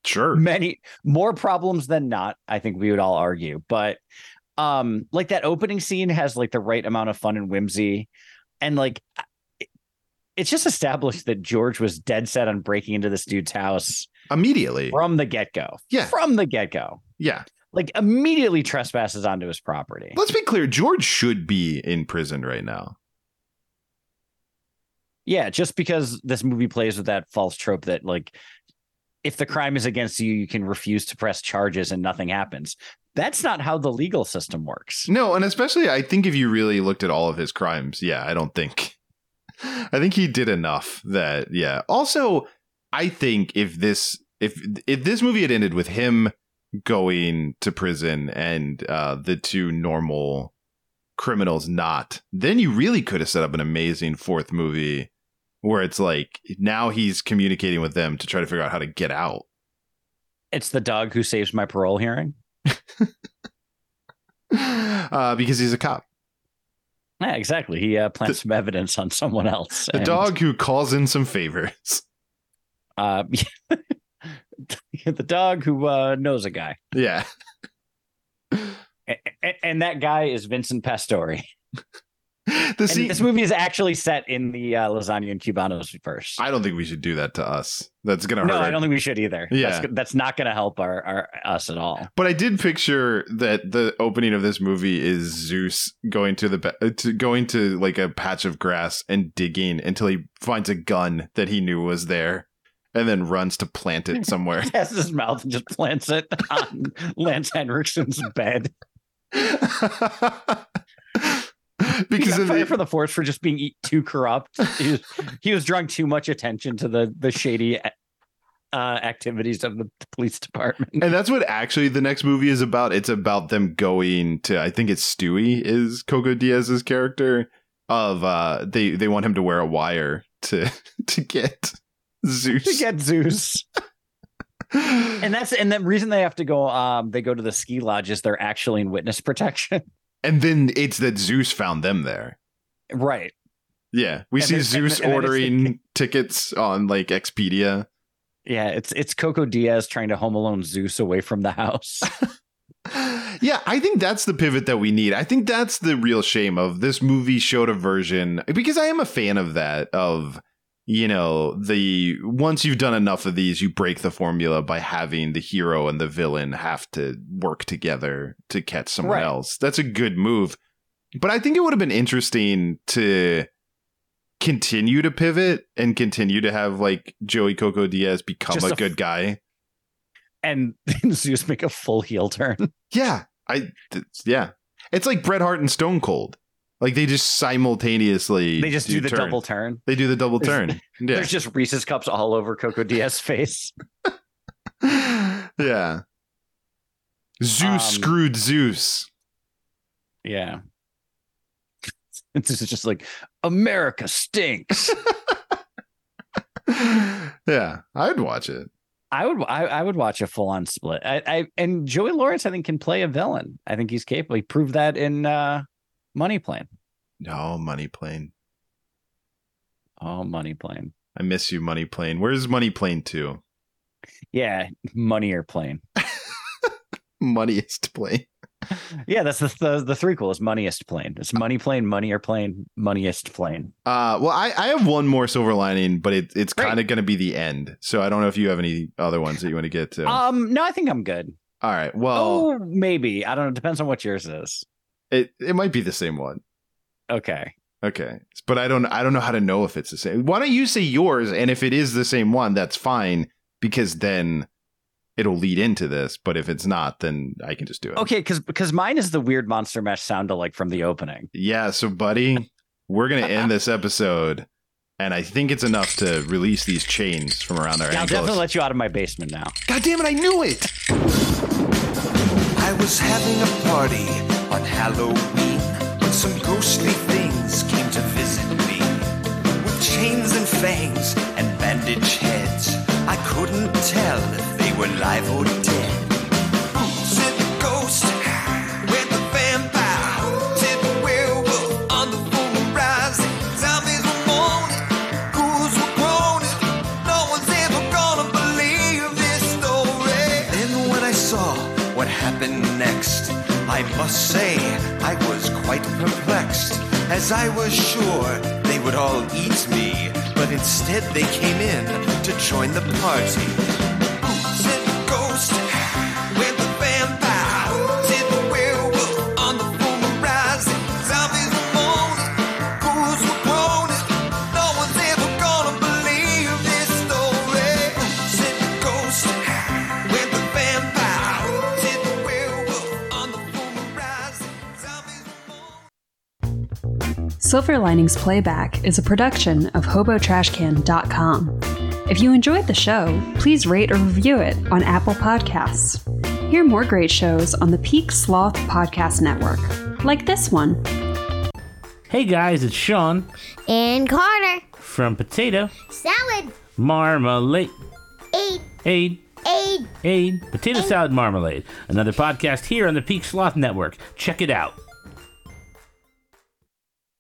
Speaker 8: sure.
Speaker 9: many more problems than not i think we would all argue but um like that opening scene has like the right amount of fun and whimsy and like it- it's just established that george was dead set on breaking into this dude's house
Speaker 8: Immediately.
Speaker 9: from the get-go
Speaker 8: Yeah.
Speaker 9: from the get-go
Speaker 8: Yeah.
Speaker 9: like immediately trespasses onto his property
Speaker 8: Let's be clear. George should be in prison right now.
Speaker 9: yeah just because this movie plays with that false trope that like if the crime is against you you can refuse to press charges and nothing happens that's not how the legal system works
Speaker 8: No, and especially I think if you really looked at all of his crimes, yeah, I don't think I think he did enough that yeah. Also, I think if this if if this movie had ended with him going to prison and uh the two normal criminals not, then you really could have set up an amazing fourth movie where it's like now he's communicating with them to try to figure out how to get out.
Speaker 9: It's the dog who saves my parole hearing.
Speaker 8: Uh, because he's a cop.
Speaker 9: Yeah, exactly. He uh, plants some evidence on someone else.
Speaker 8: The
Speaker 9: and,
Speaker 8: dog who calls in some favors.
Speaker 9: Uh, the dog who uh, knows a guy,
Speaker 8: Yeah.
Speaker 9: A- a- and that guy is Vincent Pastore.
Speaker 8: The
Speaker 9: And
Speaker 8: scene,
Speaker 9: this movie is actually set in the uh, Lasagna and Cubanos verse.
Speaker 8: I don't think we should do that to us. That's gonna hurt.
Speaker 9: no,
Speaker 8: our-
Speaker 9: I don't think we should either.
Speaker 8: Yeah.
Speaker 9: that's, that's not going to help our, our us at all.
Speaker 8: but I did picture that the opening of this movie is Zeus going to the ba- uh, to going to like a patch of grass and digging until he finds a gun that he knew was there, and then runs to plant it somewhere.
Speaker 9: He has his mouth and just plants it on Lance Henriksen's bed. He
Speaker 8: because
Speaker 9: got
Speaker 8: in
Speaker 9: fired
Speaker 8: the,
Speaker 9: from the force for just being e- too corrupt. He was, he was drawing too much attention to the the shady uh, activities of the police department.
Speaker 8: And that's what actually the next movie is about. It's about them going to I think it's Stewie is Coco Diaz's character of uh they they want him to wear a wire to to get Zeus.
Speaker 9: To get Zeus, and
Speaker 8: and,
Speaker 9: that's and the reason they have to go. Um, they go to the ski lodge is they're actually in witness protection.
Speaker 8: then it's that Zeus found them there.
Speaker 9: right.
Speaker 8: Yeah. We
Speaker 9: And
Speaker 8: see
Speaker 9: then- and
Speaker 8: Zeus
Speaker 9: then- and then it's-
Speaker 8: ordering tickets on like Expedia.
Speaker 9: Yeah. It's it's Coco Diaz trying to home alone Zeus away from the house.
Speaker 8: Yeah, I think that's the pivot that we need. I think that's the real shame of this movie showed a version because I am a fan of that of you know, the once you've done enough of these, you break the formula by having the hero and the villain have to work together to catch someone
Speaker 9: Right.
Speaker 8: else. That's a good move. But I think it would have been interesting to continue to pivot and continue to have like Joey Coco Diaz become
Speaker 9: Just
Speaker 8: a,
Speaker 9: a-
Speaker 8: good guy.
Speaker 9: and Zeus make a full heel turn.
Speaker 8: Yeah, I th- yeah. It's like Bret Hart and Stone Cold. Like they just simultaneously
Speaker 9: They just do, the
Speaker 8: turn.
Speaker 9: double turn.
Speaker 8: They do the double turn. Yeah.
Speaker 9: There's just Reese's cups all over Coco Diaz's face.
Speaker 8: yeah. Zeus
Speaker 9: Um,
Speaker 8: screwed Zeus.
Speaker 9: Yeah. This is just like America stinks.
Speaker 8: yeah, I'd watch it.
Speaker 9: I would I, I would watch a full on split. I, I and Joey Lawrence I think can play a villain. I think he's capable. He proved that in uh, Money Plane.
Speaker 8: No, Money Plane.
Speaker 9: Oh, Money Plane.
Speaker 8: I miss you, Money Plane. Where's Money Plane 2?
Speaker 9: Yeah, Money Plane.
Speaker 8: Moneyest Plane.
Speaker 9: Yeah, that's the the, the threequel is Moneyest Plane. It's Money Plane, Money Plane, Moneyest Plane.
Speaker 8: Uh, well, I, I have one more silver lining, but it, it's
Speaker 9: Great.
Speaker 8: kind of going to be the end. So I don't know if you have any other ones that you want to get to.
Speaker 9: Um, no, I think I'm good.
Speaker 8: All right. Well,
Speaker 9: Oh, maybe I don't know. Depends on what yours is.
Speaker 8: it, it might be the same one.
Speaker 9: Okay.
Speaker 8: Okay, but I don't I don't know how to know if it's the same. Why don't you say yours? And if it is the same one, that's fine because then it'll lead into this. But if it's not, then I can just do it.
Speaker 9: Okay, because because mine is the weird monster mash sound alike from the opening.
Speaker 8: Yeah. So, buddy, we're gonna end this episode, and I think it's enough to release these chains from around our
Speaker 9: I'll
Speaker 8: ankles.
Speaker 9: definitely let you out of my basement now.
Speaker 8: God damn it! I knew it.
Speaker 10: I was having a party on Halloween when some ghostly things came to visit me. With chains and fangs and bandaged heads, I couldn't tell if they were live or dead. Said the ghost with the vampire, said the werewolf on the full rise. Zombies were moaning, ghouls were groaning. No one's ever gonna believe this story. Then when I saw what happened next, I must say I was quite perplexed, as I was sure they would all eat me. But instead they came in to join the party. Said the ghost with the vampire, said the werewolf on the full rise. Zombies were moaning, ghouls were groaning. No one's ever gonna believe this story. Said the ghost with the vampire, said the werewolf on the full rise. Zombies were moaning.
Speaker 11: Silver Linings Playback is a production of HoboTrashCan.com. If you enjoyed the show, please rate or review it on Apple Podcasts. Hear more great shows on the Peak Sloth Podcast Network, like this one.
Speaker 12: Hey guys, it's Sean
Speaker 2: And Connor.
Speaker 12: from Potato
Speaker 2: Salad.
Speaker 12: Marmalade.
Speaker 2: Aid.
Speaker 12: Aid,
Speaker 2: Aid.
Speaker 12: aid, potato salad marmalade. Another podcast here on the Peak Sloth Network. Check it out.